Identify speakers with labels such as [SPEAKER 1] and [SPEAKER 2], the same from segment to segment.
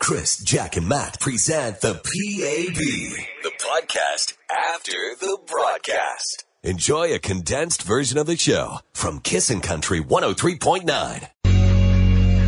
[SPEAKER 1] Chris, Jack, and Matt present the PAB, the podcast after the broadcast. Enjoy a condensed version of the show from Kissin' Country 103.9.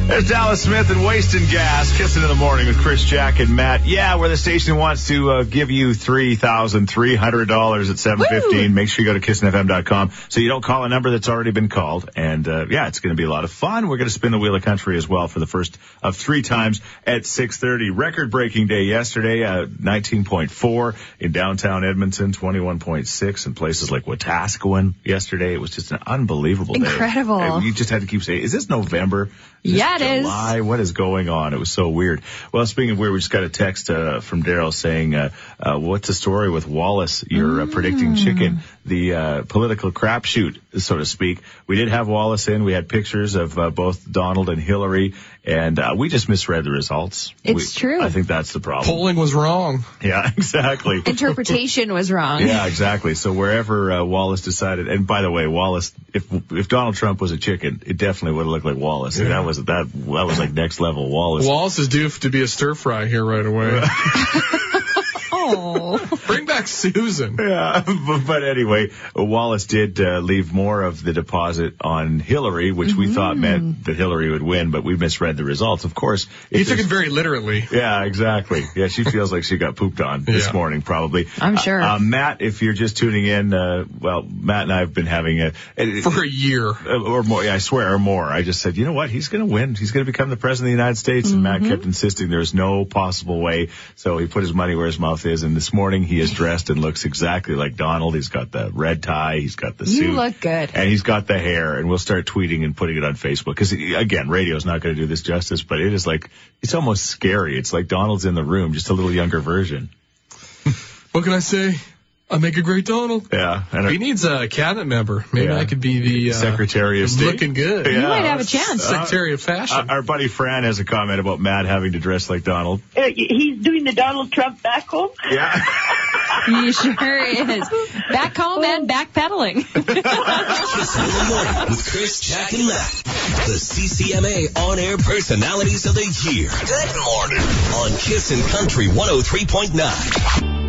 [SPEAKER 2] There's Dallas Smith and Wasting Gas, Kissing in the Morning with Chris, Jack, and Matt. Yeah, where the station wants to uh, give you $3,300 at 715. Make sure you go to kissinfm.com so you don't call a number that's already been called. And, uh, yeah, it's going to be a lot of fun. We're going to spin the wheel of country as well for the first of three times at 630. Record breaking day yesterday, uh, 19.4 in downtown Edmonton, 21.6 in places like Wetaskiwin yesterday. It was just an unbelievable day.
[SPEAKER 3] Incredible.
[SPEAKER 2] And you just had to keep saying, is this November? This
[SPEAKER 3] Yeah, it is.
[SPEAKER 2] July? What is going on? It was so weird. Well, speaking of weird, we just got a text uh, from Daryl saying, uh, uh, "What's the story with Wallace? You're uh, predicting
[SPEAKER 3] Mm.
[SPEAKER 2] chicken, the uh, political crapshoot, so to speak." We did have Wallace in. We had pictures of uh, both Donald and Hillary, and uh, we just misread the results.
[SPEAKER 3] It's
[SPEAKER 2] We-
[SPEAKER 3] true.
[SPEAKER 2] I think that's the problem.
[SPEAKER 4] polling was wrong.
[SPEAKER 2] yeah, exactly.
[SPEAKER 3] interpretation was wrong.
[SPEAKER 2] Yeah, exactly. So wherever uh, Wallace decided, and by the way, Wallace, if if Donald Trump was a chicken, it definitely would have looked like Wallace. And
[SPEAKER 4] Yeah.
[SPEAKER 2] That was that that was like next level Wallace.
[SPEAKER 4] Wallace is due f- to be a stir fry here right away.
[SPEAKER 3] Oh,
[SPEAKER 4] Bring back Susan.
[SPEAKER 2] Yeah, but, but anyway, Wallace did uh, leave more of the deposit on Hillary, which we
[SPEAKER 4] Mm-hmm.
[SPEAKER 2] thought meant that Hillary would win, but we misread the results. Of course,
[SPEAKER 4] He
[SPEAKER 2] if
[SPEAKER 4] took it
[SPEAKER 2] there's-
[SPEAKER 4] very literally.
[SPEAKER 2] yeah, exactly. Yeah, she feels like she got pooped on this
[SPEAKER 4] Yeah.
[SPEAKER 2] morning, probably.
[SPEAKER 3] I'm sure.
[SPEAKER 2] Uh, uh, Matt, if you're just tuning in, uh, well, Matt and I have been having a,
[SPEAKER 4] For a year.
[SPEAKER 2] Uh, or more, yeah, I swear, or more. I just said, you know what? He's going to win. He's going to become the president of the United States. And
[SPEAKER 3] Mm-hmm.
[SPEAKER 2] Matt kept insisting there's no possible way. So he put his money where his mouth is. And this morning he is dressed and looks exactly like Donald. He's got the red tie. He's got the suit.
[SPEAKER 3] you look good.
[SPEAKER 2] and he's got the hair, and we'll start tweeting and putting it on Facebook. Because again, radio's not going to do this justice, but it is like it's almost scary. It's like Donald's in the room, just a little younger version.
[SPEAKER 4] What can I say? I make a great Donald.
[SPEAKER 2] Yeah, and
[SPEAKER 4] He needs a cabinet member. Maybe
[SPEAKER 2] Yeah.
[SPEAKER 4] I could be the uh,
[SPEAKER 2] Secretary of State.
[SPEAKER 4] Looking good.
[SPEAKER 2] Yeah. Uh,
[SPEAKER 3] You might have a chance.
[SPEAKER 4] Secretary of Fashion.
[SPEAKER 2] our, our buddy Fran has a comment about Matt having to dress like Donald.
[SPEAKER 5] Uh, he's doing the Donald Trump back home.
[SPEAKER 2] Yeah.
[SPEAKER 3] he sure is. Back home and backpedaling.
[SPEAKER 1] In the morning with Chris, Jack, and Matt, the CCMA on air personalities of the year. Good morning. On Kissin' Country 103.9.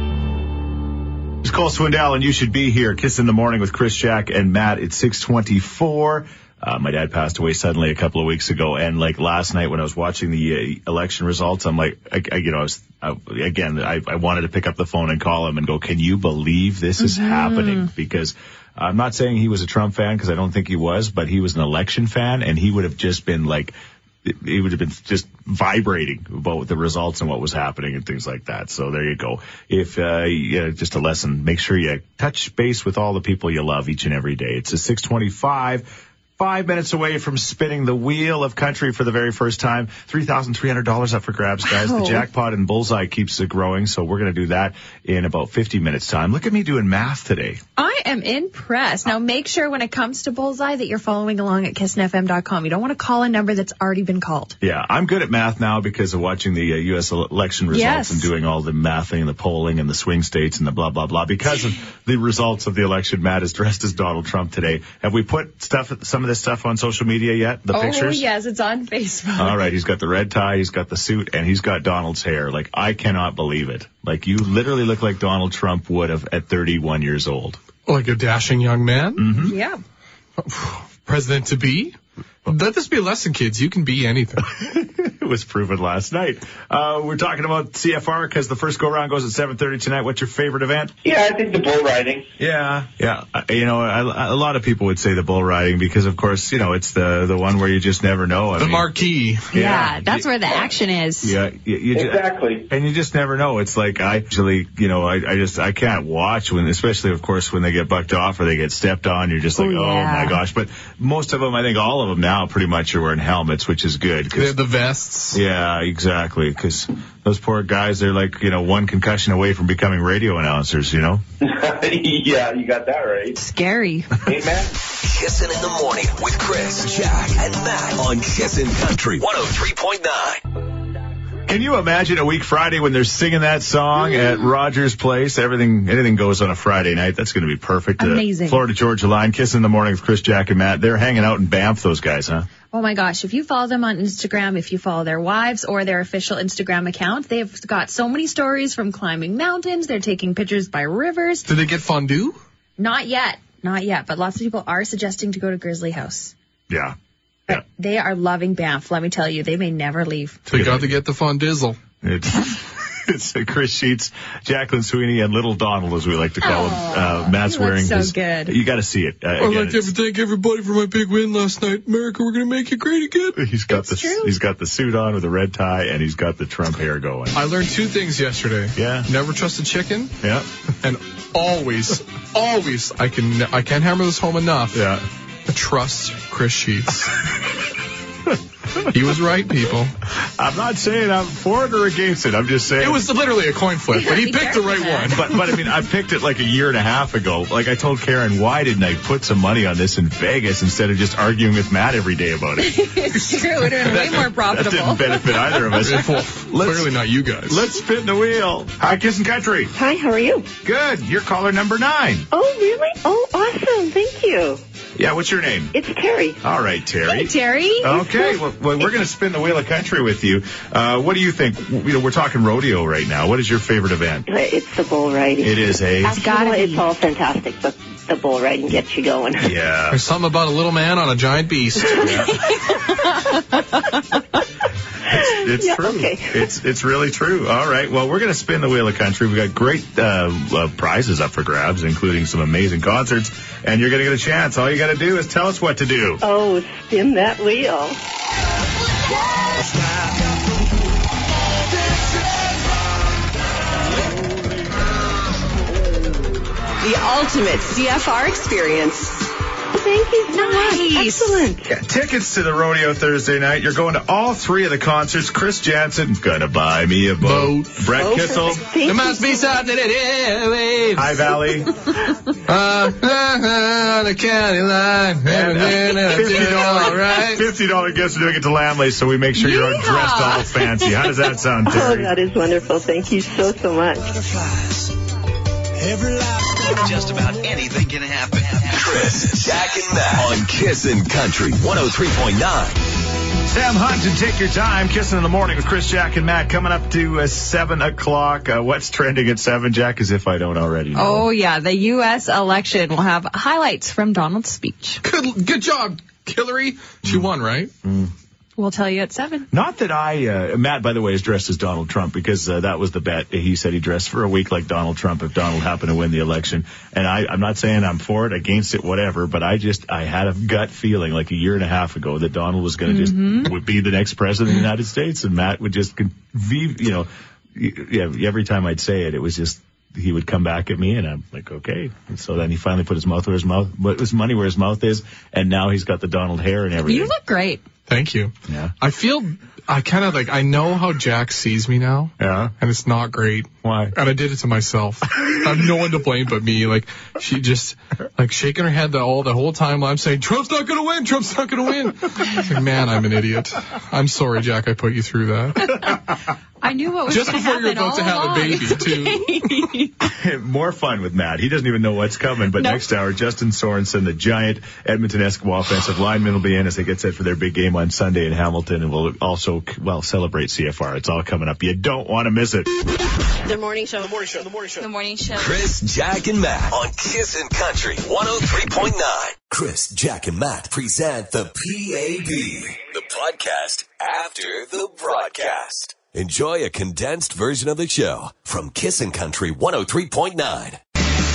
[SPEAKER 2] It's Cole Swindell, and you should be here. Kiss in the morning with Chris, Jack, and Matt. It's 624. Uh, my dad passed away suddenly a couple of weeks ago, and like last night when I was watching the uh, election results, I'm like, I, I- you know, I was I, again, I, I wanted to pick up the phone and call him and go, "Can you believe this is happening?" Because I'm not saying he was a Trump fan because I don't think he was, but he was an election fan, and he would have just been like, he would have been just vibrating about the results and what was happening and things like that. So there you go. If uh, yeah, just a lesson, make sure you touch base with all the people you love each and every day. It's a 625. Five minutes away from spinning the wheel of country for the very first time. $3,300 up for grabs, guys. The
[SPEAKER 3] Wow.
[SPEAKER 2] jackpot and bullseye keeps uh, growing, so we're going to do that in about 50 minutes time. Look at me doing math today.
[SPEAKER 3] I am impressed. Now make sure when it comes to Bullseye that you're following along at kissinfm.com. You don't want to call a number that's already been called.
[SPEAKER 2] Yeah, I'm good at math now because of watching the uh, U.S. ele- election results
[SPEAKER 3] Yes.
[SPEAKER 2] and doing all the mathing and the polling and the swing states and the blah blah blah. Because of the results of the election, Matt is dressed as Donald Trump today. Have we put stuff, some of this stuff on social media yet? The
[SPEAKER 3] Oh
[SPEAKER 2] pictures.
[SPEAKER 3] yes, it's on Facebook.
[SPEAKER 2] All right, he's got the red tie, he's got the suit, and he's got Donald's hair. Like I cannot believe it. Like you literally look like Donald Trump would have at 31 years old.
[SPEAKER 4] like a dashing young man.
[SPEAKER 2] Mm-hmm.
[SPEAKER 3] Yeah.
[SPEAKER 4] President to be. Let this be a lesson, kids. You can be anything.
[SPEAKER 2] It was proven last night. Uh, we're talking about CFR because the first go round goes at 7:30 tonight. What's your favorite event?
[SPEAKER 6] Yeah, I think the bull riding.
[SPEAKER 2] Yeah, yeah. Uh, You know, I- a lot of people would say the bull riding because, of course, you know it's the the one where you just never know. I
[SPEAKER 4] the
[SPEAKER 2] mean,
[SPEAKER 4] marquee.
[SPEAKER 3] Yeah, that's where the action is.
[SPEAKER 2] Yeah, you, you ju-
[SPEAKER 6] Exactly.
[SPEAKER 2] and you just never know. It's like I actually, you know, I, I just I can't watch when, especially of course when they get bucked off or they get stepped on. You're just like,
[SPEAKER 3] Oh,
[SPEAKER 2] oh
[SPEAKER 3] yeah.
[SPEAKER 2] my gosh. But most of them, I think all of them now, pretty much are wearing helmets, which is good. 'cause-
[SPEAKER 4] They have the vests.
[SPEAKER 2] yeah, exactly. Because those poor guys, they're like you know one concussion away from becoming radio announcers. You know.
[SPEAKER 6] yeah, you got that right.
[SPEAKER 3] Scary.
[SPEAKER 6] Hey, Matt?
[SPEAKER 1] Kissin' in the morning with Chris, Jack, and Matt on Kissin' Country 103.9.
[SPEAKER 2] Can you imagine a week Friday when they're singing that song
[SPEAKER 3] Mm.
[SPEAKER 2] at Rogers Place? Everything, anything goes on a Friday night. That's going to be perfect. Uh,
[SPEAKER 3] Amazing.
[SPEAKER 2] Florida Georgia Line, Kiss in the Morning with Chris, Jack, and Matt. They're hanging out in Banff, those guys, huh?
[SPEAKER 3] Oh my gosh, if you follow them on Instagram, if you follow their wives or their official Instagram account, they've got so many stories from climbing mountains, they're taking pictures by rivers.
[SPEAKER 4] Did they get fondue?
[SPEAKER 3] Not yet, not yet, but lots of people are suggesting to go to Grizzly House.
[SPEAKER 2] Yeah. Yeah.
[SPEAKER 3] They are loving Banff, let me tell you. They may never leave.
[SPEAKER 4] They got to get the fondizzle.
[SPEAKER 2] It's, it's Chris Sheets, Jacqueline Sweeney, and Little Donald, as we like to call him. Uh, Matt's
[SPEAKER 3] he looks
[SPEAKER 2] wearing
[SPEAKER 3] so
[SPEAKER 2] his.
[SPEAKER 3] good.
[SPEAKER 2] You got to see it. Uh,
[SPEAKER 4] I'd
[SPEAKER 2] again,
[SPEAKER 4] like to
[SPEAKER 2] it's-
[SPEAKER 4] thank everybody for my big win last night. America, we're going to make it great again.
[SPEAKER 2] He's got the
[SPEAKER 3] true.
[SPEAKER 2] he's got the suit on with a red tie, and he's got the Trump hair going.
[SPEAKER 4] I learned two things yesterday.
[SPEAKER 2] Yeah.
[SPEAKER 4] Never trust a chicken,
[SPEAKER 2] Yeah,
[SPEAKER 4] and always, always, I can I can't hammer this home enough.
[SPEAKER 2] yeah.
[SPEAKER 4] Trust Chris Sheets. he was right, people.
[SPEAKER 2] I'm not saying I'm for it or against it. I'm just saying
[SPEAKER 4] It was literally a coin flip, but he
[SPEAKER 3] Be
[SPEAKER 4] picked the
[SPEAKER 3] careful
[SPEAKER 4] right
[SPEAKER 3] now.
[SPEAKER 4] one.
[SPEAKER 2] But but I mean, I picked it like a year and a half ago. Like I told Karen, why didn't I put some money on this in Vegas instead of just arguing with Matt every day about it?
[SPEAKER 3] It's true. It would have been way more
[SPEAKER 2] That
[SPEAKER 3] profitable.
[SPEAKER 2] didn't benefit either of us.
[SPEAKER 4] Well, clearly not you guys.
[SPEAKER 2] Let's spin the wheel. Hi, Kiss and Country.
[SPEAKER 5] Hi, how are you?
[SPEAKER 2] Good. You're caller number nine.
[SPEAKER 5] Oh, really? Oh, awesome. Thank you.
[SPEAKER 2] Yeah. What's your name?
[SPEAKER 5] It's Terry.
[SPEAKER 2] All right, Terry.
[SPEAKER 3] Terry?
[SPEAKER 4] Oh,
[SPEAKER 2] Okay, well, well, we're going to spin the wheel of country with you. Uh, what do you think? You know, we're talking rodeo right now. What is your favorite event?
[SPEAKER 5] It's the bull riding.
[SPEAKER 2] It is a
[SPEAKER 5] Actually,
[SPEAKER 3] gotta
[SPEAKER 5] it's
[SPEAKER 3] be.
[SPEAKER 5] all fantastic, but the bull riding gets you going.
[SPEAKER 2] yeah.
[SPEAKER 4] There's something about a little man on a giant beast.
[SPEAKER 2] It's
[SPEAKER 5] Yeah,
[SPEAKER 2] true.
[SPEAKER 5] okay.
[SPEAKER 2] It's it's really true. All right. Well, we're going to spin the wheel of country. We've got great uh, uh, prizes up for grabs, including some amazing concerts. And you're going to get a chance. All you got to do is tell us what to do.
[SPEAKER 5] Oh, spin that wheel.
[SPEAKER 7] The ultimate CFR experience.
[SPEAKER 5] Thank you so much.
[SPEAKER 3] Nice.
[SPEAKER 5] Excellent.
[SPEAKER 2] Yeah, tickets to the rodeo Thursday night. You're going to all three of the concerts. Chris Jansen's going to buy me a boat.
[SPEAKER 4] Boat.
[SPEAKER 2] Brett Kissel.
[SPEAKER 5] Oh, Thank
[SPEAKER 4] There
[SPEAKER 5] you.
[SPEAKER 4] must be something in airwaves.
[SPEAKER 2] High Valley.
[SPEAKER 4] Uh, on the county line. Everything I do, uh, all right.
[SPEAKER 2] Fifty dollar gifts are doing it to Lamley, so we make sure you're
[SPEAKER 3] Yeehaw!
[SPEAKER 2] dressed all fancy. How does that sound,
[SPEAKER 5] Oh,
[SPEAKER 2] Terry?
[SPEAKER 5] that is wonderful. Thank you so, so much.
[SPEAKER 8] Just about anything can happen.
[SPEAKER 1] Chris, Jack, and Matt on Kissin' Country 103.9.
[SPEAKER 2] Sam Hunt and take your time. Kissing in the morning with Chris, Jack, and Matt coming up to uh, seven o'clock. Uh, what's trending at seven, Jack? As if I don't already know.
[SPEAKER 3] Oh yeah, the U.S. election will have highlights from Donald's speech.
[SPEAKER 4] Good, good job, Hillary. She won, right?
[SPEAKER 3] We'll tell you at seven.
[SPEAKER 2] Not that I, uh, Matt, by the way, is dressed as Donald Trump because uh, that was the bet. He said he dressed for a week like Donald Trump if Donald happened to win the election. And I, I'm not saying I'm for it, against it, whatever, but I just, I had a gut feeling like a year and a half ago that Donald was going to
[SPEAKER 3] Mm-hmm.
[SPEAKER 2] just, would be the next president of the United States and Matt would just, con- ve- you know, y- yeah, every time I'd say it, it was just, he would come back at me and I'm like, okay. And so then he finally put his mouth where his mouth, put his money where his mouth is. And now he's got the Donald hair and everything.
[SPEAKER 3] You look great.
[SPEAKER 4] Thank you.
[SPEAKER 2] Yeah.
[SPEAKER 4] I feel, I kind of like, I know how Jack sees me now,
[SPEAKER 2] yeah.
[SPEAKER 4] and it's not great.
[SPEAKER 2] Why?
[SPEAKER 4] And I did it to myself. I have no one to blame but me. Like, she just, like, shaking her head the, all the whole time while I'm saying, Trump's not gonna win, Trump's not gonna win. It's like, man, I'm an idiot. I'm sorry, Jack, I put you through that.
[SPEAKER 3] I knew what was
[SPEAKER 4] Just
[SPEAKER 3] gonna
[SPEAKER 4] before you were
[SPEAKER 3] happen
[SPEAKER 4] about to
[SPEAKER 3] all
[SPEAKER 4] have a baby, too.
[SPEAKER 3] along.
[SPEAKER 2] More fun with Matt. He doesn't even know what's coming. But
[SPEAKER 3] No.
[SPEAKER 2] next hour, Justin Sorensen, the giant Edmonton Eskimo offensive lineman, will be in as they get set for their big game on Sunday in Hamilton, and we'll also well celebrate CFR. It's all coming up. You don't want to miss it.
[SPEAKER 7] The morning show. The morning show.
[SPEAKER 9] The morning show.
[SPEAKER 1] Chris, Jack, and Matt on Kissin' Country 103.9. Chris, Jack, and Matt present the PAB, the podcast after the broadcast. Enjoy a condensed version of the show from Kissin' Country 103.9.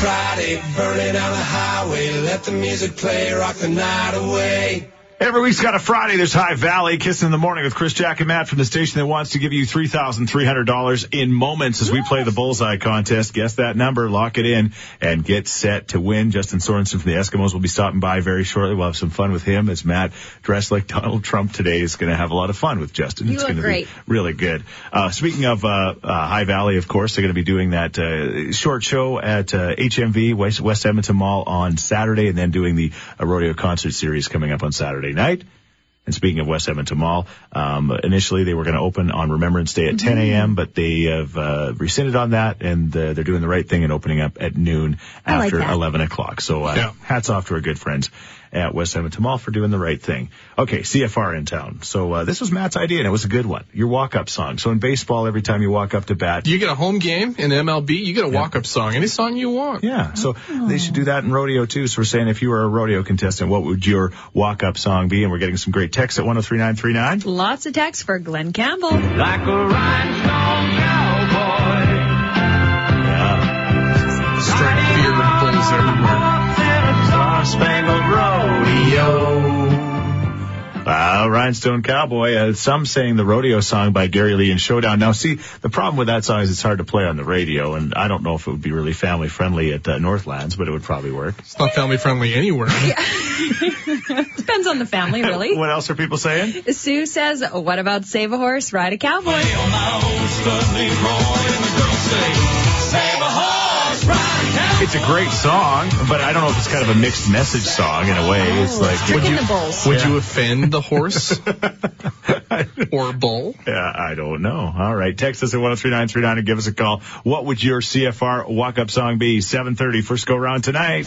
[SPEAKER 8] Friday, burning on the highway. Let the music play, rock the night away.
[SPEAKER 2] Every week's got a Friday. There's High Valley Kissing in the Morning with Chris, Jack, and Matt from the station that wants to give you $3,300 in moments as we play the Bullseye Contest. Guess that number, lock it in, and get set to win. Justin Sorensen from the Eskimos will be stopping by very shortly. We'll have some fun with him as Matt, dressed like Donald Trump today, is going to have a lot of fun with Justin.
[SPEAKER 3] You
[SPEAKER 2] it's
[SPEAKER 3] look
[SPEAKER 2] going to
[SPEAKER 3] great.
[SPEAKER 2] be really good. Uh, speaking of uh, uh, High Valley, of course, they're going to be doing that uh, short show at uh, HMV West, West Edmonton Mall on Saturday, and then doing the uh, rodeo concert series coming up on Saturday night. And speaking of West Edmonton Mall, um, initially they were going to open on Remembrance Day at 10
[SPEAKER 3] Mm-hmm.
[SPEAKER 2] a.m., but they have uh, rescinded on that, and uh, they're doing the right thing and opening up at noon
[SPEAKER 3] I like
[SPEAKER 2] after
[SPEAKER 3] that.
[SPEAKER 2] 11 o'clock. So uh,
[SPEAKER 4] Yeah.
[SPEAKER 2] hats off to our good friends at West Edmonton Mall for doing the right thing. Okay, CFR in town. So uh, this was Matt's idea, and it was a good one. Your walk-up song. So in baseball, every time you walk up to bat,
[SPEAKER 4] You get a home game in MLB, you get a walk up song, any song you want.
[SPEAKER 2] yeah. So they should do that in rodeo too. So we're saying if you were a rodeo contestant, what would your walk-up song be? And we're getting some great texts at 103939.
[SPEAKER 3] Lots of texts for Glenn Campbell.
[SPEAKER 8] Like a rhinestone cowboy.
[SPEAKER 2] Yeah.
[SPEAKER 4] Strike fear and bulls everywhere.
[SPEAKER 2] Spangled Rodeo. Wow, Uh, Rhinestone Cowboy. Uh, some saying the rodeo song by Gary Lee and Showdown. Now, see, the problem with that song is it's hard to play on the radio, and I don't know if it would be really family friendly at uh, Northlands, but it would probably work.
[SPEAKER 4] It's not family friendly anywhere.
[SPEAKER 3] Depends on the family, really.
[SPEAKER 2] What else are people saying?
[SPEAKER 3] Sue says, "What about save a horse, ride a cowboy?"
[SPEAKER 8] On my old Studley Roy and the girls say, save a horse, ride a cowboy.
[SPEAKER 2] It's a great song, but I don't know if it's kind of a mixed message song in a way. It's like, would
[SPEAKER 3] Tricking
[SPEAKER 2] you?
[SPEAKER 3] the bulls.
[SPEAKER 4] Would you offend the horse or bull?
[SPEAKER 2] Yeah, uh, I don't know. All right. Text us at 103939 and give us a call. What would your CFR walk-up song be? 730 first go round tonight.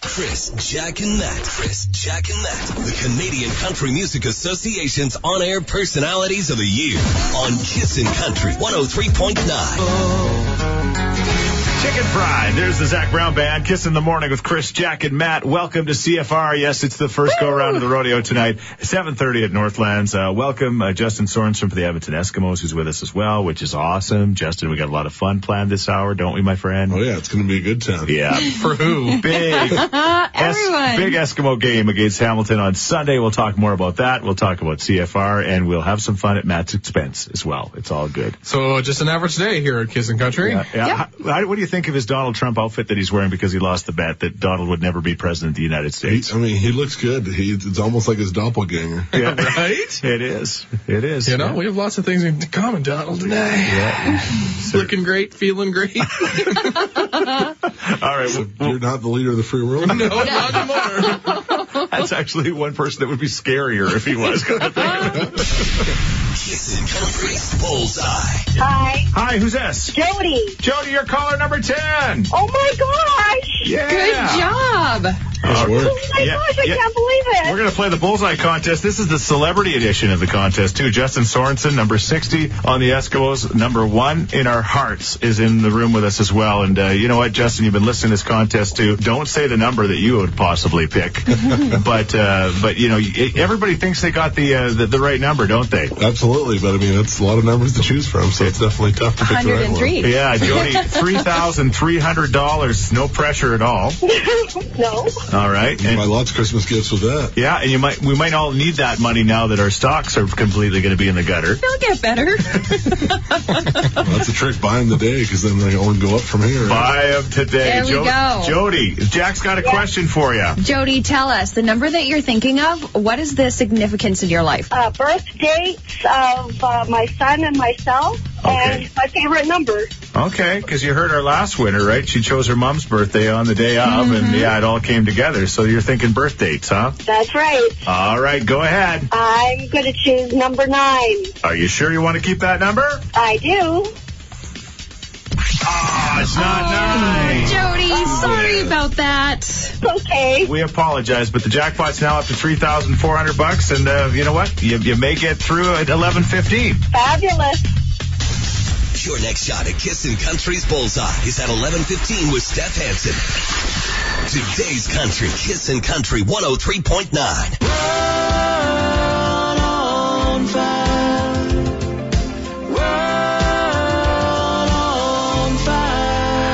[SPEAKER 1] Chris, Jack, and Matt. Chris, Jack, and Matt. The Canadian Country Music Association's on-air personalities of the year on Kissin' Country 103.9.
[SPEAKER 2] Chicken fried. There's the Zach Brown Band. Kiss in the morning with Chris, Jack, and Matt. Welcome to CFR. Yes, it's the first go round of the rodeo tonight, 7:30 at Northlands. Uh, welcome uh, Justin Sorensen for the Edmonton Eskimos, who's with us as well, which is awesome. Justin, we got a lot of fun planned this hour, don't we, my friend?
[SPEAKER 9] Oh yeah, it's gonna be a good time.
[SPEAKER 2] Yeah.
[SPEAKER 4] For who?
[SPEAKER 2] Big, Es-
[SPEAKER 3] Uh, Everyone.
[SPEAKER 2] big Eskimo game against Hamilton on Sunday. We'll talk more about that. We'll talk about CFR, and we'll have some fun at Matt's expense as well. It's all good.
[SPEAKER 4] So just an average day here at Kiss and Country.
[SPEAKER 2] Yeah. yeah. How- what do you think of his Donald Trump outfit that he's wearing because he lost the bet that Donald would never be president of the United
[SPEAKER 9] He,
[SPEAKER 2] States?
[SPEAKER 9] I mean, he looks good. He, it's almost like his doppelganger.
[SPEAKER 2] Yeah.
[SPEAKER 4] Right?
[SPEAKER 2] It is. It is.
[SPEAKER 4] You know, we have lots of things in common, Donald. Looking great, feeling great.
[SPEAKER 2] Yeah. All right.
[SPEAKER 9] So
[SPEAKER 2] Well,
[SPEAKER 9] you're not the leader of the free world.
[SPEAKER 4] no, not anymore.
[SPEAKER 2] that's actually one person that would be scarier if he was.
[SPEAKER 1] Kissin' Country's Bullseye.
[SPEAKER 5] Hi,
[SPEAKER 2] Hi, who's this?
[SPEAKER 5] Jody.
[SPEAKER 2] Jody, you're caller number 10.
[SPEAKER 5] Oh my gosh.
[SPEAKER 2] Yeah.
[SPEAKER 3] Good job.
[SPEAKER 9] Nice work.
[SPEAKER 5] Oh my
[SPEAKER 2] Yeah,
[SPEAKER 5] gosh, I
[SPEAKER 2] yeah.
[SPEAKER 5] can't believe it.
[SPEAKER 2] We're going to play the Bullseye contest. This is the celebrity edition of the contest, too. Justin Sorensen, number 60 on the Eskimos, number one in our hearts, is in the room with us as well. And uh, you know what, Justin, you've been listening to this contest, too. Don't say the number that you would possibly pick. but, uh, but you know, y- everybody thinks they got the, uh, the, the right number, don't they?
[SPEAKER 9] Absolutely, but I mean, that's a lot of numbers to choose from, so it's definitely tough to pick the right one.
[SPEAKER 3] 103.
[SPEAKER 2] Yeah, Jody, $3,300. No pressure at all.
[SPEAKER 5] no.
[SPEAKER 2] All right.
[SPEAKER 9] You
[SPEAKER 2] And-
[SPEAKER 9] buy lots of Christmas gifts with that.
[SPEAKER 2] yeah, and you might we might all need that money now that our stocks are completely going to be in the gutter.
[SPEAKER 3] They'll get better.
[SPEAKER 9] Well, that's a trick buying the day because then they only go up from here.
[SPEAKER 2] Buy them today.
[SPEAKER 3] There we go.
[SPEAKER 2] Jody, Jack's got a question for you.
[SPEAKER 3] Jody, tell us the number that you're thinking of. What is the significance in your life?
[SPEAKER 5] Uh, birth dates of uh, my son and myself,
[SPEAKER 2] Okay.
[SPEAKER 5] and my favorite number.
[SPEAKER 2] Okay, because you heard our last winner, right? She chose her mom's birthday on the day of,
[SPEAKER 3] Mm-hmm.
[SPEAKER 2] and yeah, it all came together. So you're thinking birth dates, huh?
[SPEAKER 5] That's right.
[SPEAKER 2] All right, go ahead.
[SPEAKER 5] I'm going to choose number nine.
[SPEAKER 2] Are you sure you want to keep that number?
[SPEAKER 5] I do.
[SPEAKER 2] Ah, it's not
[SPEAKER 3] Oh,
[SPEAKER 2] nine.
[SPEAKER 3] Jody, sorry about that.
[SPEAKER 5] It's okay.
[SPEAKER 2] We apologize, but the jackpot's now up to three thousand four hundred bucks, and uh, you know what? You, you may get through at eleven fifteen.
[SPEAKER 5] Fabulous.
[SPEAKER 1] Your next shot at Kissin' Country's Bullseye is at 11:15 with Steph Hansen. Today's country, Kissin' Country 103.9.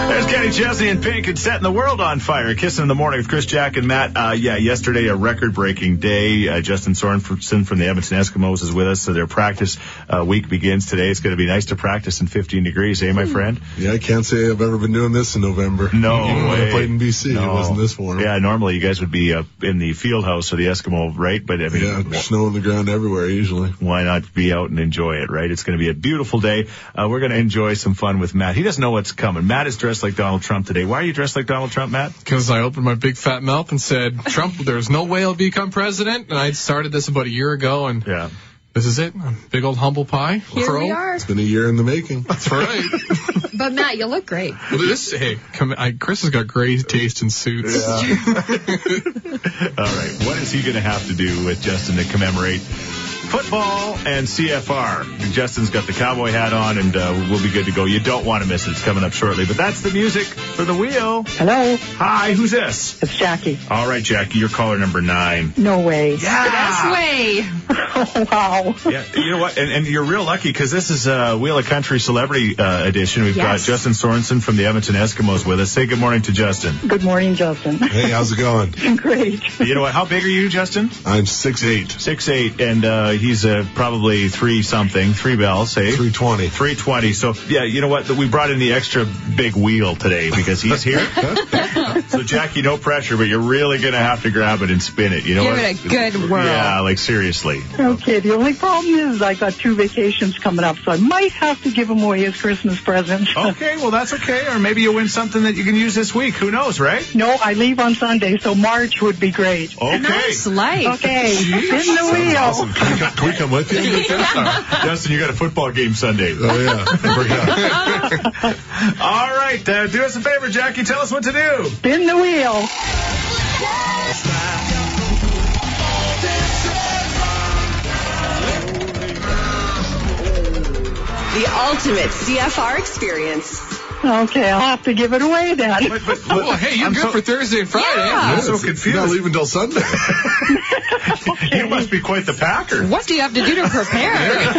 [SPEAKER 2] There's Kenny Chesney and Pink and setting the world on fire. Kissing in the morning with Chris, Jack, and Matt. Uh, yeah, yesterday a record-breaking day. Uh, Justin Sorensen from the Edmonton Eskimos is with us, so their practice uh, week begins today. It's going to be nice to practice in 15 degrees, eh, my friend?
[SPEAKER 9] Yeah, I can't say I've ever been doing this in November.
[SPEAKER 2] No
[SPEAKER 9] Even when
[SPEAKER 2] way.
[SPEAKER 9] I played in BC,
[SPEAKER 2] No.
[SPEAKER 9] it wasn't this warm.
[SPEAKER 2] Yeah, normally you guys would be uh, in the field house or the Eskimo, right? But I mean,
[SPEAKER 9] Yeah, snow on the ground everywhere usually.
[SPEAKER 2] why not be out and enjoy it, right? It's going to be a beautiful day. Uh, we're going to enjoy some fun with Matt. He doesn't know what's coming. Matt is dressed like Donald Trump today. Why are you dressed like Donald Trump, Matt?
[SPEAKER 4] Because I opened my big fat mouth and said, Trump, there's no way I'll become president. And I started this about a year ago, and
[SPEAKER 2] Yeah.
[SPEAKER 4] This is it. I'm big old humble pie.
[SPEAKER 3] Here
[SPEAKER 4] crow.
[SPEAKER 3] we are.
[SPEAKER 9] It's been a year in the making.
[SPEAKER 4] That's right.
[SPEAKER 3] But Matt, you look great.
[SPEAKER 4] Well, this hey, come, I, Chris has got great taste in suits.
[SPEAKER 2] All right. What is he going to have to do with Justin to commemorate football and CFR? Justin's got the cowboy hat on, and uh, we'll be good to go. You don't want to miss it. It's coming up shortly. But that's the music for the wheel.
[SPEAKER 5] Hello,
[SPEAKER 2] Hi, who's this?
[SPEAKER 5] it's Jackie.
[SPEAKER 2] All right, Jackie, you're caller number nine.
[SPEAKER 5] No way.
[SPEAKER 3] Best
[SPEAKER 2] Ah.
[SPEAKER 3] way.
[SPEAKER 5] wow.
[SPEAKER 2] Yeah, you know what? And, and you're real lucky because this is uh, Wheel of Country Celebrity uh, Edition. We've
[SPEAKER 3] Yes.
[SPEAKER 2] got Justin Sorensen from the Edmonton Eskimos with us. Say good morning to Justin.
[SPEAKER 5] Good morning, Justin.
[SPEAKER 9] Hey, how's it going?
[SPEAKER 5] Great.
[SPEAKER 2] you know what? How big are you, Justin?
[SPEAKER 9] I'm six eight,
[SPEAKER 2] Six eight, and uh, he's uh, probably three something, three bells, say.
[SPEAKER 9] 320.
[SPEAKER 2] 320. So, yeah, you know what? We brought in the extra big wheel today because he's here. so, Jackie, no pressure, but you're really going to have to grab it and spin it. You know
[SPEAKER 3] Give
[SPEAKER 2] what?
[SPEAKER 3] it a good whirl.
[SPEAKER 2] Yeah, like seriously.
[SPEAKER 5] Okay, the only problem is I got two vacations coming up, so I might have to give him away his Christmas present.
[SPEAKER 2] Okay, well, that's okay. Or maybe you'll win something that you can use this week. Who knows, right?
[SPEAKER 5] no, I leave on Sunday, so March would be great.
[SPEAKER 2] Okay.
[SPEAKER 3] Nice life.
[SPEAKER 5] Okay, spin the
[SPEAKER 9] Sounds
[SPEAKER 5] wheel.
[SPEAKER 9] awesome. Can we, come, can we come with you?
[SPEAKER 2] Justin, you got a football game Sunday.
[SPEAKER 9] Oh yeah. I forgot.
[SPEAKER 2] All right, uh, do us a favor, Jackie. Tell us what to do.
[SPEAKER 5] Spin the wheel.
[SPEAKER 7] The ultimate CFR experience.
[SPEAKER 5] Okay, I'll have to give it away then.
[SPEAKER 2] But, but,
[SPEAKER 4] Well, hey, you're
[SPEAKER 2] I'm
[SPEAKER 4] good
[SPEAKER 2] so-
[SPEAKER 4] for Thursday and Friday.
[SPEAKER 2] I'm so
[SPEAKER 9] You're not
[SPEAKER 2] confused.
[SPEAKER 9] leaving till Sunday.
[SPEAKER 2] You must be quite the packer.
[SPEAKER 3] What do you have to do to prepare?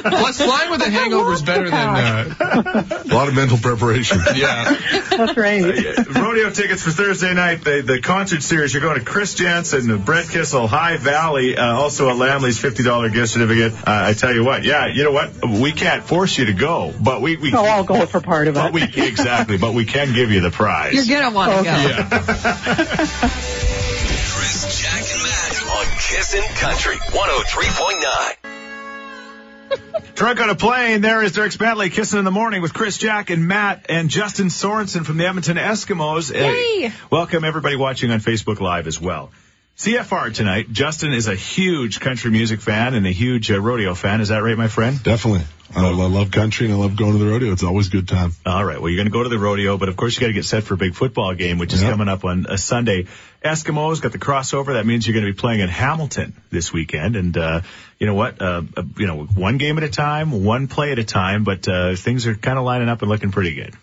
[SPEAKER 4] Plus, flying with a hangover is better than uh,
[SPEAKER 9] A lot of mental preparation.
[SPEAKER 4] yeah.
[SPEAKER 5] That's right.
[SPEAKER 2] uh, Rodeo tickets for Thursday night. The, the concert series. You're going to Chris Jansen, Brett Kissel, High Valley. Uh, also a Lamley's fifty dollar gift certificate. Uh, I tell you what. Yeah, you know what? We can't force you to go, but we we.
[SPEAKER 5] So Oh, I'll go for part of
[SPEAKER 2] But
[SPEAKER 5] it.
[SPEAKER 2] we exactly. But we can give you the prize.
[SPEAKER 3] You're gonna want to
[SPEAKER 5] Okay.
[SPEAKER 3] go.
[SPEAKER 1] Chris, Jack, and Matt on Kissin' Country 103.9.
[SPEAKER 2] Drunk on a plane. There is Dirk Bentley kissing in the morning with Chris Jack and Matt and Justin Sorensen from the Edmonton Eskimos. Hey,
[SPEAKER 3] Yay!
[SPEAKER 2] welcome everybody watching on Facebook Live as well. CFR tonight. Justin is a huge country music fan and a huge uh, rodeo fan. Is that right, my friend?
[SPEAKER 9] Definitely. I, I love country and I love going to the rodeo. It's always a good time.
[SPEAKER 2] All right. Well, you're going to go to the rodeo, but of course you got to get set for a big football game, which is
[SPEAKER 9] Yeah.
[SPEAKER 2] coming up on a Sunday. Eskimos got the crossover. That means you're going to be playing in Hamilton this weekend. And, uh, you know what? Uh, uh, you know, one game at a time, one play at a time, but, uh, things are kind of lining up and looking pretty good.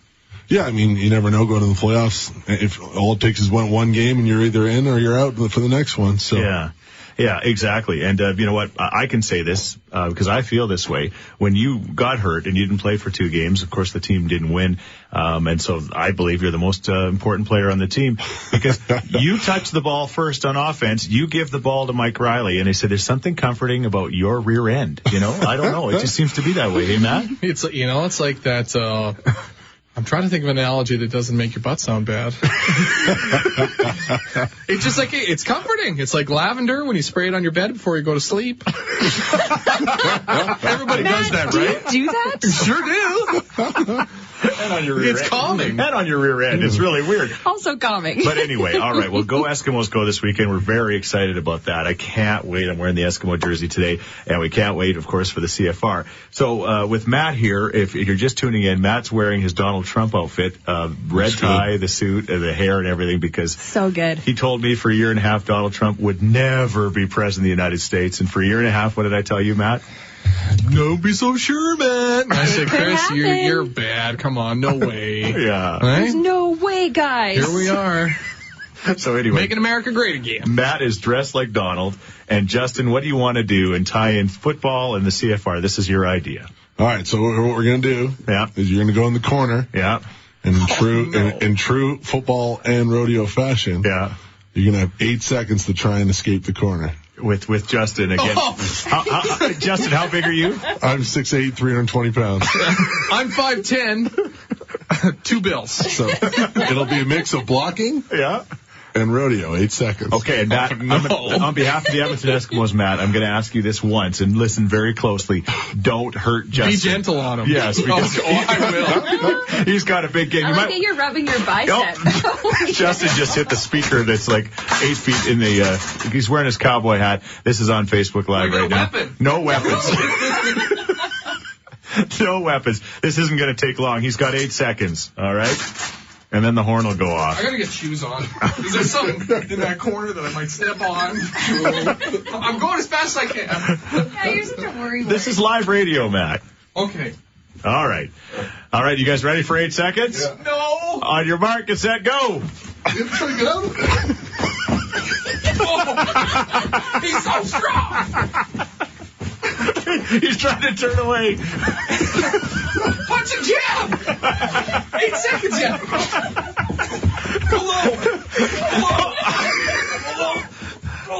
[SPEAKER 9] Yeah, I mean, you never know going to the playoffs. If all it takes is one one game and you're either in or you're out for the next one. So
[SPEAKER 2] Yeah. Yeah, exactly. And uh, you know what? I I can say this uh, because I feel this way. When you got hurt and you didn't play for two games, of course the team didn't win, um, and so I believe you're the most uh, important player on the team because you touch the ball first on offense. You give the ball to Mike Riley, and they said there's something comforting about your rear end. You know, I don't know. It just seems to be that way, hey Matt.
[SPEAKER 4] It's you know, it's like that. Uh, I'm trying to think of an analogy that doesn't make your butt sound bad. it's just like it's comforting. It's like lavender when you spray it on your bed before you go to sleep. Everybody does that,
[SPEAKER 3] Do
[SPEAKER 4] right?
[SPEAKER 3] you do that?
[SPEAKER 4] Sure do.
[SPEAKER 2] And on your rear
[SPEAKER 4] It's
[SPEAKER 2] end.
[SPEAKER 4] calming.
[SPEAKER 2] And on your rear end, it's really weird.
[SPEAKER 3] Also comic.
[SPEAKER 2] But anyway, all right. Well, go Eskimos go this weekend. We're very excited about that. I can't wait. I'm wearing the Eskimo jersey today, and we can't wait, of course, for the CFR. So uh, with Matt here, if you're just tuning in, Matt's wearing his Donald Trump outfit, uh, red
[SPEAKER 9] Looks good.
[SPEAKER 2] tie, the suit, and the hair, and everything because.
[SPEAKER 3] so good.
[SPEAKER 2] He told me for a year and a half Donald Trump would never be president of the United States. And for a year and a half, what did I tell you, Matt?
[SPEAKER 4] Don't be so sure, man. I said,
[SPEAKER 3] could
[SPEAKER 4] Chris, you're,
[SPEAKER 3] happen.
[SPEAKER 4] you're bad. Come on, no way.
[SPEAKER 2] Yeah.
[SPEAKER 4] Right?
[SPEAKER 3] There's no way, guys.
[SPEAKER 4] Here we are,
[SPEAKER 2] So anyway,
[SPEAKER 4] making America great again.
[SPEAKER 2] Matt is dressed like Donald. And Justin, what do you want to do and tie in football and the CFR? This is your idea.
[SPEAKER 9] all right. So what what we're gonna do
[SPEAKER 2] Yeah.
[SPEAKER 9] is you're gonna go in the corner
[SPEAKER 2] Yeah.
[SPEAKER 9] and
[SPEAKER 2] Oh,
[SPEAKER 9] in true in, in true football and rodeo fashion.
[SPEAKER 2] Yeah.
[SPEAKER 9] You're gonna have eight seconds to try and escape the corner.
[SPEAKER 2] with with Justin again.
[SPEAKER 4] Oh.
[SPEAKER 2] How- how- Justin, how big are you?
[SPEAKER 9] I'm six eight, three hundred twenty pounds.
[SPEAKER 4] I'm 5'10, two bills.
[SPEAKER 9] So it'll be a mix of blocking
[SPEAKER 2] Yeah.
[SPEAKER 9] and rodeo. Eight seconds.
[SPEAKER 2] Okay, and Matt, I'm gonna- on behalf of the Edmonton Eskimos, Matt, I'm going to ask you this once and listen very closely. Don't hurt Justin.
[SPEAKER 4] Be gentle on him.
[SPEAKER 2] Yes, because-
[SPEAKER 4] oh, oh, I will.
[SPEAKER 2] He's got a big game.
[SPEAKER 10] I
[SPEAKER 2] You
[SPEAKER 10] like
[SPEAKER 2] might-
[SPEAKER 10] that you're rubbing your bicep.
[SPEAKER 2] Justin just hit the speaker that's like eight feet in the. Uh, he's wearing his cowboy hat. This is on Facebook Live
[SPEAKER 4] Like a
[SPEAKER 2] right now.
[SPEAKER 4] weapon.
[SPEAKER 2] No weapons. no weapons. This isn't going to take long. He's got eight seconds. All right, and then the horn will go
[SPEAKER 4] I
[SPEAKER 2] off.
[SPEAKER 4] gotta get shoes on. Is there something in that corner that I might step on? I'm going as fast as I can.
[SPEAKER 10] yeah, you're such a worry.
[SPEAKER 2] This is live radio, Matt.
[SPEAKER 4] Okay.
[SPEAKER 2] All right, all right. You guys ready for eight seconds?
[SPEAKER 4] No!
[SPEAKER 2] On your mark, get set, go.
[SPEAKER 4] I'm trying to get out of there. Oh, he's so strong!
[SPEAKER 2] He's trying to turn away.
[SPEAKER 4] Punch and jab! Eight seconds yet! Hello! Hello! Hello!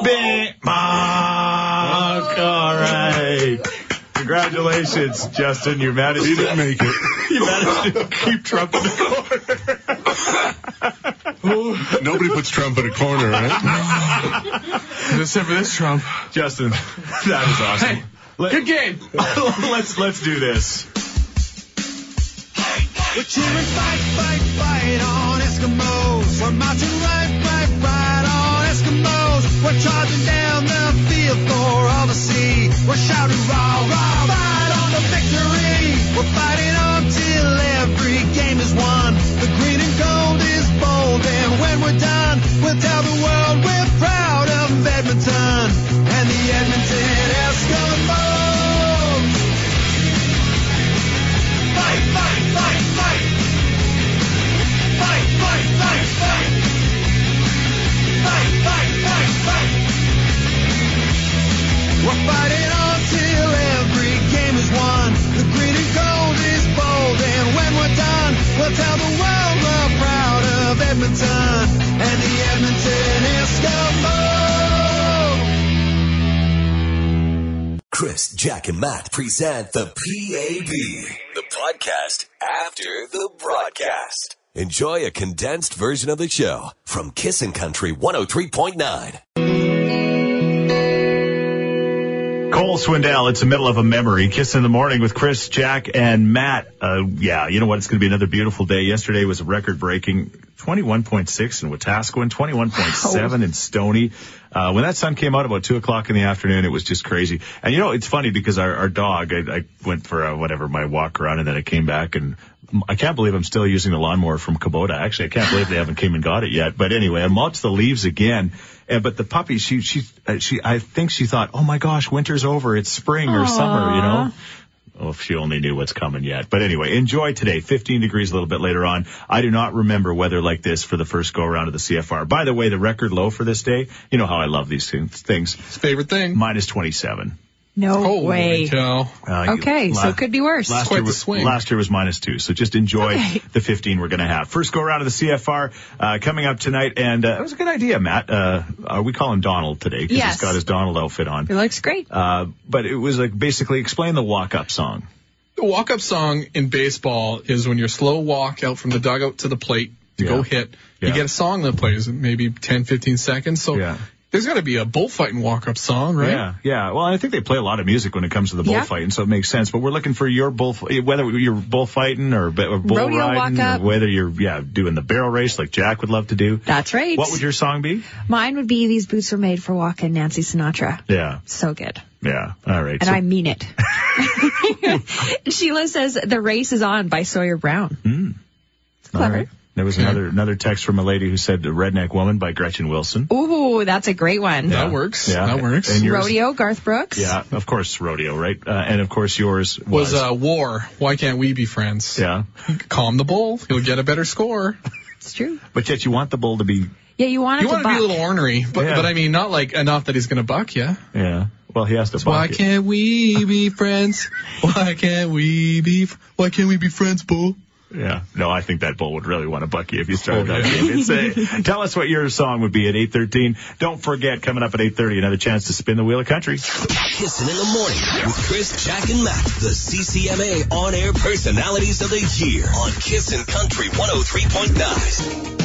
[SPEAKER 2] Big Mark.
[SPEAKER 9] Oh.
[SPEAKER 2] All right. Congratulations, Justin. You managed
[SPEAKER 9] He
[SPEAKER 2] to
[SPEAKER 9] didn't make it.
[SPEAKER 2] you managed to keep Trump in the corner.
[SPEAKER 9] Nobody puts Trump in a corner, right?
[SPEAKER 4] Except for this Trump.
[SPEAKER 2] Justin, that is awesome.
[SPEAKER 4] Hey,
[SPEAKER 2] Let,
[SPEAKER 4] good game!
[SPEAKER 2] let's let's do this.
[SPEAKER 8] We're cheering, fight, fight, fight on Eskimos. We're marching right, right, right on Eskimos. We're charging down the field for all to see. We're shouting, rah, rah, right on the victory. We're fighting until every game is won. The green and gold is bold, and when we're done, we'll tell the world we're proud of Edmonton and the Edmonton Eskimos. Fight, fight, fight, fight. Fight, fight, fight, fight. Fight, fight, fight, fight. We're fighting until every game is won. The green and gold is bold, and when we're done, we'll tell the world we're proud of Edmonton and the Edmonton Eskimos.
[SPEAKER 1] Chris, Jack, and Matt present the PAB, the podcast after the broadcast. Enjoy a condensed version of the show from Kissin' Country 103.9.
[SPEAKER 2] Cole Swindell, it's the middle of a memory. Kiss in the morning with Chris, Jack, and Matt. Uh, yeah, you know what? It's going to be another beautiful day. Yesterday was a record breaking 21.6 in Wetaskiwin, 21.7 in Stony. Uh, when that sun came out about two o'clock in the afternoon, it was just crazy. And you know, it's funny because our, our dog, I, I went for uh whatever my walk around and then I came back and I can't believe I'm still using the lawnmower from Kubota. Actually, I can't believe they haven't came and got it yet. But anyway, I mulched the leaves again. And, but the puppy, she, she, uh, she, I think she thought, oh my gosh, winter's over. It's spring or summer, you know? Oh, if she only knew what's coming yet. But anyway, enjoy today. 15 degrees a little bit later on. I do not remember weather like this for the first go around of the CFR. By the way, the record low for this day, you know how I love these things, things
[SPEAKER 4] His favorite thing.
[SPEAKER 2] minus 27.
[SPEAKER 3] No
[SPEAKER 4] Holy
[SPEAKER 3] way.
[SPEAKER 4] cow.
[SPEAKER 2] Uh, you-
[SPEAKER 3] Okay, so
[SPEAKER 2] la-
[SPEAKER 3] it could be worse.
[SPEAKER 2] Last
[SPEAKER 4] quite
[SPEAKER 2] year,
[SPEAKER 4] the
[SPEAKER 2] was,
[SPEAKER 4] swing.
[SPEAKER 2] last year was minus two, so just enjoy
[SPEAKER 3] Okay.
[SPEAKER 2] the 15 we're going to have. First go around of the CFR uh, coming up tonight, and uh, it was a good idea, Matt. Uh, uh, we call him Donald today because
[SPEAKER 3] Yes.
[SPEAKER 2] he's got his Donald outfit on.
[SPEAKER 3] It looks great.
[SPEAKER 2] Uh, but it was like basically explain the walk up song.
[SPEAKER 4] The walk up song in baseball is when you're slow walk out from the dugout to the plate to
[SPEAKER 2] Yeah.
[SPEAKER 4] go hit.
[SPEAKER 2] Yeah.
[SPEAKER 4] You get a song that plays in maybe 10, 15 seconds. So
[SPEAKER 2] Yeah.
[SPEAKER 4] there's got to be a bullfighting walk up song, right?
[SPEAKER 2] Yeah, yeah. Well, I think they play a lot of music when it comes to the
[SPEAKER 3] Yeah.
[SPEAKER 2] bullfighting, so it makes sense. But we're looking for your bull, whether you're bullfighting or, bu- or bull
[SPEAKER 3] Rodeo
[SPEAKER 2] riding, or
[SPEAKER 3] walk-up.
[SPEAKER 2] whether you're yeah doing the barrel race like Jack would love to do.
[SPEAKER 3] That's right.
[SPEAKER 2] What would your song be?
[SPEAKER 3] Mine would be These Boots Were Made for Walking, Nancy Sinatra.
[SPEAKER 2] Yeah,
[SPEAKER 3] So good.
[SPEAKER 2] yeah. All right.
[SPEAKER 3] And
[SPEAKER 2] so-
[SPEAKER 3] I mean it. Sheila says The Race is On by Sawyer Brown.
[SPEAKER 2] Hmm.
[SPEAKER 3] It's
[SPEAKER 2] All
[SPEAKER 3] clever.
[SPEAKER 2] right. There was another another text from a lady who said "The "Redneck Woman" by Gretchen Wilson.
[SPEAKER 3] Ooh, that's a great one.
[SPEAKER 4] That works. That works.
[SPEAKER 2] And yours,
[SPEAKER 3] Rodeo, Garth Brooks.
[SPEAKER 2] Yeah, of course, rodeo, right? Uh, and of course, yours was.
[SPEAKER 4] Was uh, war. Why can't we be friends?
[SPEAKER 2] yeah,
[SPEAKER 4] Calm the bull. You'll get a better score.
[SPEAKER 3] It's true.
[SPEAKER 2] but yet you want the bull to be.
[SPEAKER 3] Yeah, you want it
[SPEAKER 4] You
[SPEAKER 3] to
[SPEAKER 4] want to be a
[SPEAKER 3] buck.
[SPEAKER 4] little ornery, but
[SPEAKER 2] Yeah.
[SPEAKER 4] but I mean not like enough that he's gonna buck you.
[SPEAKER 2] Yeah. Well, he has to.
[SPEAKER 4] Why
[SPEAKER 2] buck it.
[SPEAKER 4] can't we be friends? Why can't we be? f- Why can't we be friends, bull?
[SPEAKER 2] Yeah. No, I think that bull would really want to buck you if you started
[SPEAKER 4] Oh,
[SPEAKER 2] that
[SPEAKER 4] yeah.
[SPEAKER 2] game. It's a, tell us what your song would be at 8.13. Don't forget, coming up at 8.30, another chance to spin the wheel of country.
[SPEAKER 1] Kissin' in the morning with Chris, Jack, and Matt, the CCMA on-air personalities of the oh year on Kissin' Country 103.9.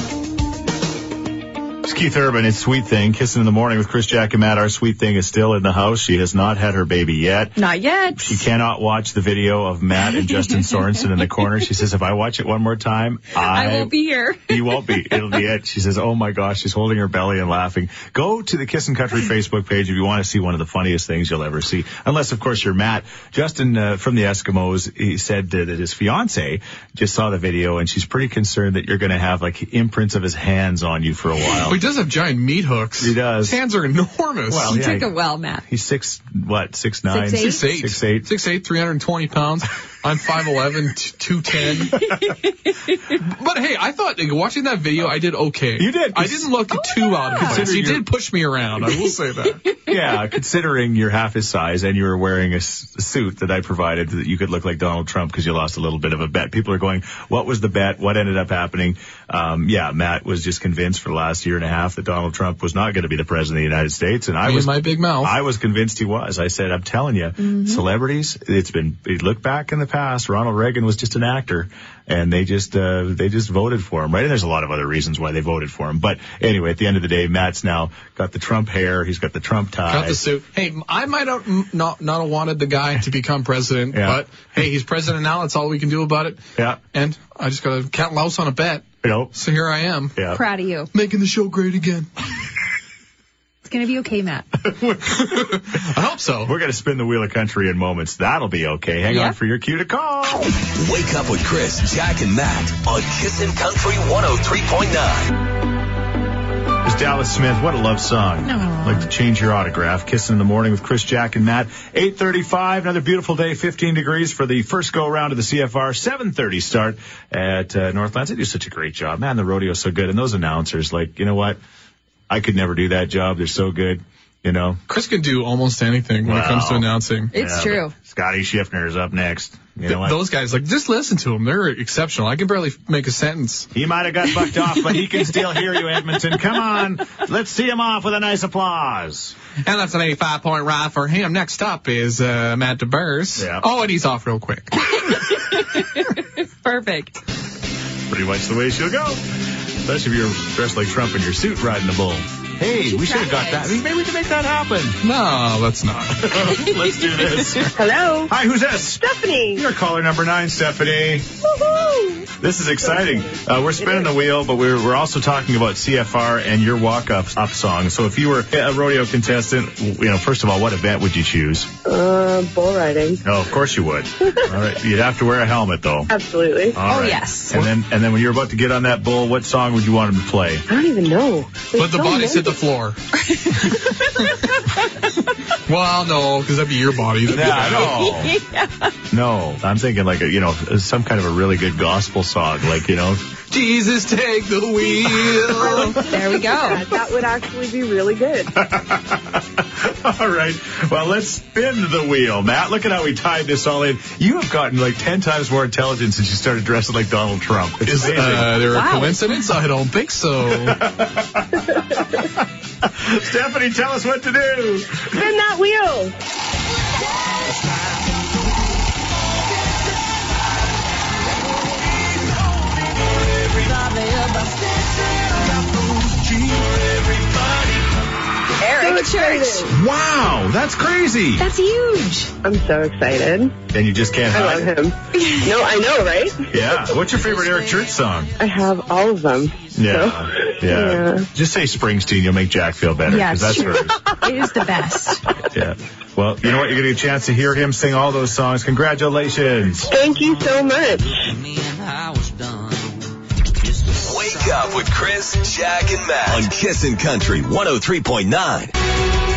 [SPEAKER 2] It's Keith Urban. It's Sweet Thing. Kissing in the morning with Chris Jack and Matt. Our Sweet Thing is still in the house. She has not had her baby yet.
[SPEAKER 3] Not yet.
[SPEAKER 2] She cannot watch the video of Matt and Justin Sorensen in the corner. She says, if I watch it one more time, I,
[SPEAKER 10] I won't be here.
[SPEAKER 2] You won't be. It'll be it. She says, oh my gosh, she's holding her belly and laughing. Go to the Kiss and Country Facebook page if you want to see one of the funniest things you'll ever see. Unless, of course, you're Matt. Justin uh, from the Eskimos, he said uh, that his fiance just saw the video and she's pretty concerned that you're going to have like imprints of his hands on you for a while.
[SPEAKER 4] Well, Oh, he does have giant meat hooks. He
[SPEAKER 2] does.
[SPEAKER 4] His hands are enormous.
[SPEAKER 2] Well,
[SPEAKER 3] you
[SPEAKER 2] yeah.
[SPEAKER 3] took it well, Matt.
[SPEAKER 2] He's six, what, six nine,
[SPEAKER 3] Six eight?
[SPEAKER 4] Six eight.
[SPEAKER 2] Six eight.
[SPEAKER 4] Six eight, 320 pounds. I'm 5'11", t- 210. but hey, I thought like, watching that video, I did okay.
[SPEAKER 2] You did.
[SPEAKER 4] I didn't look too out of place.
[SPEAKER 2] Consider
[SPEAKER 4] He
[SPEAKER 2] your-
[SPEAKER 4] did push me around. I will say that.
[SPEAKER 2] yeah, considering you're half his size and you were wearing a s- suit that I provided that you could look like Donald Trump because you lost a little bit of a bet. People are going, what was the bet? What ended up happening? Um, yeah, Matt was just convinced for the last year and a half that Donald Trump was not going to be the president of the United States, and I
[SPEAKER 4] Me and
[SPEAKER 2] was
[SPEAKER 4] my big mouth.
[SPEAKER 2] I was convinced he was. I said, I'm telling you, celebrities, it's been, you look back in the past, Ronald Reagan was just an actor and they just, uh, they just voted for him, right? And there's a lot of other reasons why they voted for him. But anyway, at the end of the day, Matt's now got the Trump hair. He's got the Trump tie.
[SPEAKER 4] Got the suit. Hey, I might have m- not not have wanted the guy to become president,
[SPEAKER 2] Yeah.
[SPEAKER 4] but hey, he's president now. That's all we can do about it.
[SPEAKER 2] Yeah.
[SPEAKER 4] And I just got a cat louse on a bet,
[SPEAKER 2] You know?
[SPEAKER 4] so here I am
[SPEAKER 2] Yeah.
[SPEAKER 3] Proud of you.
[SPEAKER 4] making the show great again.
[SPEAKER 3] It's gonna be okay, Matt.
[SPEAKER 4] I hope so.
[SPEAKER 2] We're going to spin the wheel of country in moments. That'll be okay. Hang
[SPEAKER 3] Yeah.
[SPEAKER 2] on for your cue to call.
[SPEAKER 1] Wake up with Chris, Jack, and Matt on Kissin' Country 103.9.
[SPEAKER 2] It's Dallas Smith. What a love song.
[SPEAKER 3] Aw.
[SPEAKER 2] Like to change your autograph. Kissing in the morning with Chris, Jack, and Matt. 8:35. Another beautiful day. 15 degrees for the first go round of the CFR. 7:30 start at uh, Northlands. They do such a great job. Man, the rodeo's so good. And those announcers, like, you know what? I could never do that job. They're so good. You know.
[SPEAKER 4] Chris can do almost anything when it comes to
[SPEAKER 2] Wow.
[SPEAKER 4] announcing.
[SPEAKER 3] It's true.
[SPEAKER 2] but Scotty Schiffner is up next. You know what?
[SPEAKER 4] Those guys, like, just listen to them. They're exceptional. I can barely make a sentence.
[SPEAKER 2] He might have got bucked off, but he can still hear you, Edmonton. Come on, let's see him off with a nice applause.
[SPEAKER 4] And that's an 85 point ride for him. Next up is uh, Matt DeBurse.
[SPEAKER 2] Yeah.
[SPEAKER 4] Oh, and he's off real quick.
[SPEAKER 3] Perfect.
[SPEAKER 2] Pretty much the way she'll go. Especially if you're dressed like Trump in your suit riding the bull. Hey, we should have got that. Maybe we can make that happen.
[SPEAKER 4] no, that's not.
[SPEAKER 2] let's do this.
[SPEAKER 5] Hello,
[SPEAKER 2] Hi, who's this?
[SPEAKER 5] Stephanie.
[SPEAKER 2] You're caller number nine, Stephanie.
[SPEAKER 5] Woohoo!
[SPEAKER 2] This is exciting. Uh, we're spinning the wheel, but we're, we're also talking about CFR and your walk-up up song. So if you were a rodeo contestant, you know, first of all, what event would you choose?
[SPEAKER 5] Uh, bull riding. Uh,
[SPEAKER 2] Oh, of course you would. All right. You'd have to wear a helmet, though.
[SPEAKER 5] Absolutely.
[SPEAKER 2] All
[SPEAKER 3] Oh,
[SPEAKER 2] right.
[SPEAKER 3] yes.
[SPEAKER 2] And then, and then when you're about to get on that bull, what song would you want him to play?
[SPEAKER 5] I don't even know.
[SPEAKER 4] But the bodies hit the floor. well, no, because that'd be your body. That'd be bad.
[SPEAKER 2] no. No, I'm thinking like a, you know, some kind of a really good gospel song, like you know.
[SPEAKER 4] Jesus, take the wheel.
[SPEAKER 3] There we go.
[SPEAKER 5] That would actually be really good.
[SPEAKER 2] all right. Well, let's spin the wheel, Matt. Look at how we tied this all in. You have gotten like ten times more intelligence since you started dressing like Donald Trump. It's
[SPEAKER 4] Is
[SPEAKER 2] amazing.
[SPEAKER 4] uh, there
[SPEAKER 3] Wow.
[SPEAKER 4] a coincidence? I don't think so.
[SPEAKER 2] Stephanie, tell us what to do.
[SPEAKER 5] Spin that wheel.
[SPEAKER 7] Eric Church.
[SPEAKER 2] Wow, that's crazy.
[SPEAKER 3] That's huge.
[SPEAKER 5] I'm so excited.
[SPEAKER 2] And you just can't
[SPEAKER 5] I
[SPEAKER 2] hide
[SPEAKER 5] love
[SPEAKER 2] it.
[SPEAKER 5] him. No, I know, right?
[SPEAKER 2] Yeah. What's your favorite Eric Church song?
[SPEAKER 5] I have all of them.
[SPEAKER 2] Yeah.
[SPEAKER 5] So,
[SPEAKER 2] yeah.
[SPEAKER 5] yeah.
[SPEAKER 2] Just say Springsteen. You'll make Jack feel better.
[SPEAKER 3] Yeah,
[SPEAKER 2] 'cause that's
[SPEAKER 3] sure.
[SPEAKER 2] hers.
[SPEAKER 3] It is the best.
[SPEAKER 2] Yeah. Well, you know what? You're going to get a chance to hear him sing all those songs. Congratulations.
[SPEAKER 5] Thank you so much.
[SPEAKER 1] Wake up with Chris, Jack, and Matt on Kissin' Country 103.9.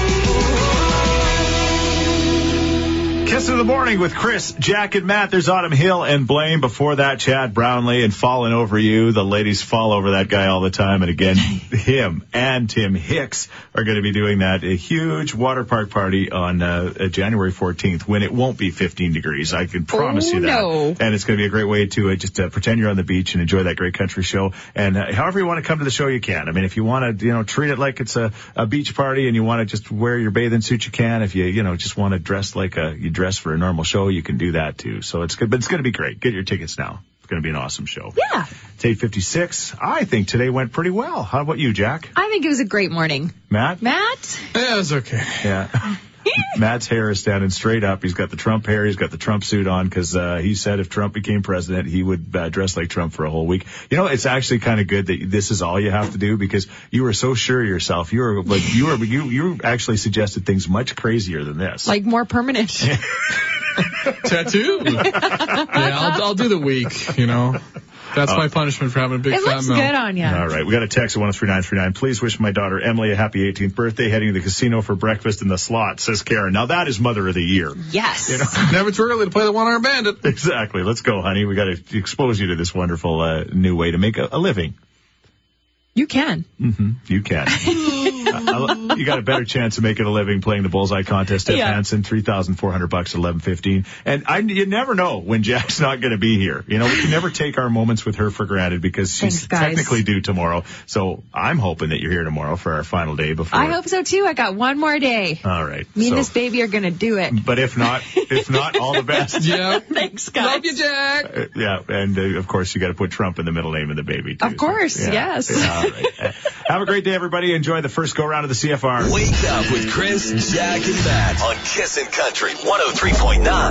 [SPEAKER 2] Kiss of the Morning with Chris, Jack, and Matt. There's Autumn Hill and Blame. Before that, Chad Brownlee and Falling Over You. The ladies fall over that guy all the time. And again, him and Tim Hicks are going to be doing that. A huge water park party on uh, uh, January 14th when it won't be 15 degrees. I can promise
[SPEAKER 3] Oh,
[SPEAKER 2] you that.
[SPEAKER 3] no.
[SPEAKER 2] And it's going to be a great way to uh, just uh, pretend you're on the beach and enjoy that great country show. And uh, however you want to come to the show, you can. I mean, if you want to, you know, treat it like it's a, a beach party and you want to just wear your bathing suit, you can. If you, you know, just want to dress like a, you dress for a normal show, you can do that too. So it's good, but it's going to be great. Get your tickets now. going to be an awesome show.
[SPEAKER 3] Yeah.
[SPEAKER 2] It's 856. I think today went pretty well. How about you, Jack?
[SPEAKER 3] I think it was a great morning.
[SPEAKER 2] Matt?
[SPEAKER 3] Matt?
[SPEAKER 4] Yeah, it's okay.
[SPEAKER 2] Yeah. Matt's hair is standing straight up. He's got the Trump hair. He's got the Trump suit on because uh, he said if Trump became president, he would uh, dress like Trump for a whole week. You know, it's actually kind of good that this is all you have to do because you were so sure of yourself. You were like you were you you actually suggested things much crazier than this.
[SPEAKER 3] Like more permanent.
[SPEAKER 4] Tattoo? yeah, I'll, I'll do the week, you know. That's my punishment for having a big
[SPEAKER 3] It
[SPEAKER 4] fat
[SPEAKER 3] looks
[SPEAKER 4] mouth.
[SPEAKER 3] good on you.
[SPEAKER 2] All right, we got a text at 103939. Please wish my daughter Emily a happy 18th birthday. Heading to the casino for breakfast in the slot, says Karen. Now that is Mother of the Year.
[SPEAKER 3] Yes.
[SPEAKER 4] Never too early to play the one arm bandit.
[SPEAKER 2] Exactly. Let's go, honey. We got to expose you to this wonderful uh, new way to make a, a living.
[SPEAKER 3] You can.
[SPEAKER 2] hmm You can. Uh, you got a better chance of making a living playing the bullseye contest at
[SPEAKER 3] Yeah.
[SPEAKER 2] Hanson, three thousand four hundred bucks, eleven fifteen. And I, you never know when Jack's not going to be here. You know, we can never take our moments with her for granted because she's
[SPEAKER 3] Thanks, guys.
[SPEAKER 2] technically due tomorrow. So I'm hoping that you're here tomorrow for our final day before.
[SPEAKER 3] I hope so too. I got one more day.
[SPEAKER 2] All right.
[SPEAKER 3] Me
[SPEAKER 2] so-
[SPEAKER 3] and this baby are going to do it.
[SPEAKER 2] but if not, if not, all the best.
[SPEAKER 4] Yeah.
[SPEAKER 3] Thanks, guys.
[SPEAKER 4] Love you, Jack.
[SPEAKER 2] Uh, Yeah, and uh, of course you got to put Trump in the middle name of the baby. Too,
[SPEAKER 3] Of course, yes.
[SPEAKER 2] Yeah, all right. Uh, Have a great day, everybody. Enjoy the first go round of the CFR.
[SPEAKER 1] oh Wake up with Chris, Jack, and Matt on Kissin' Country 103.9.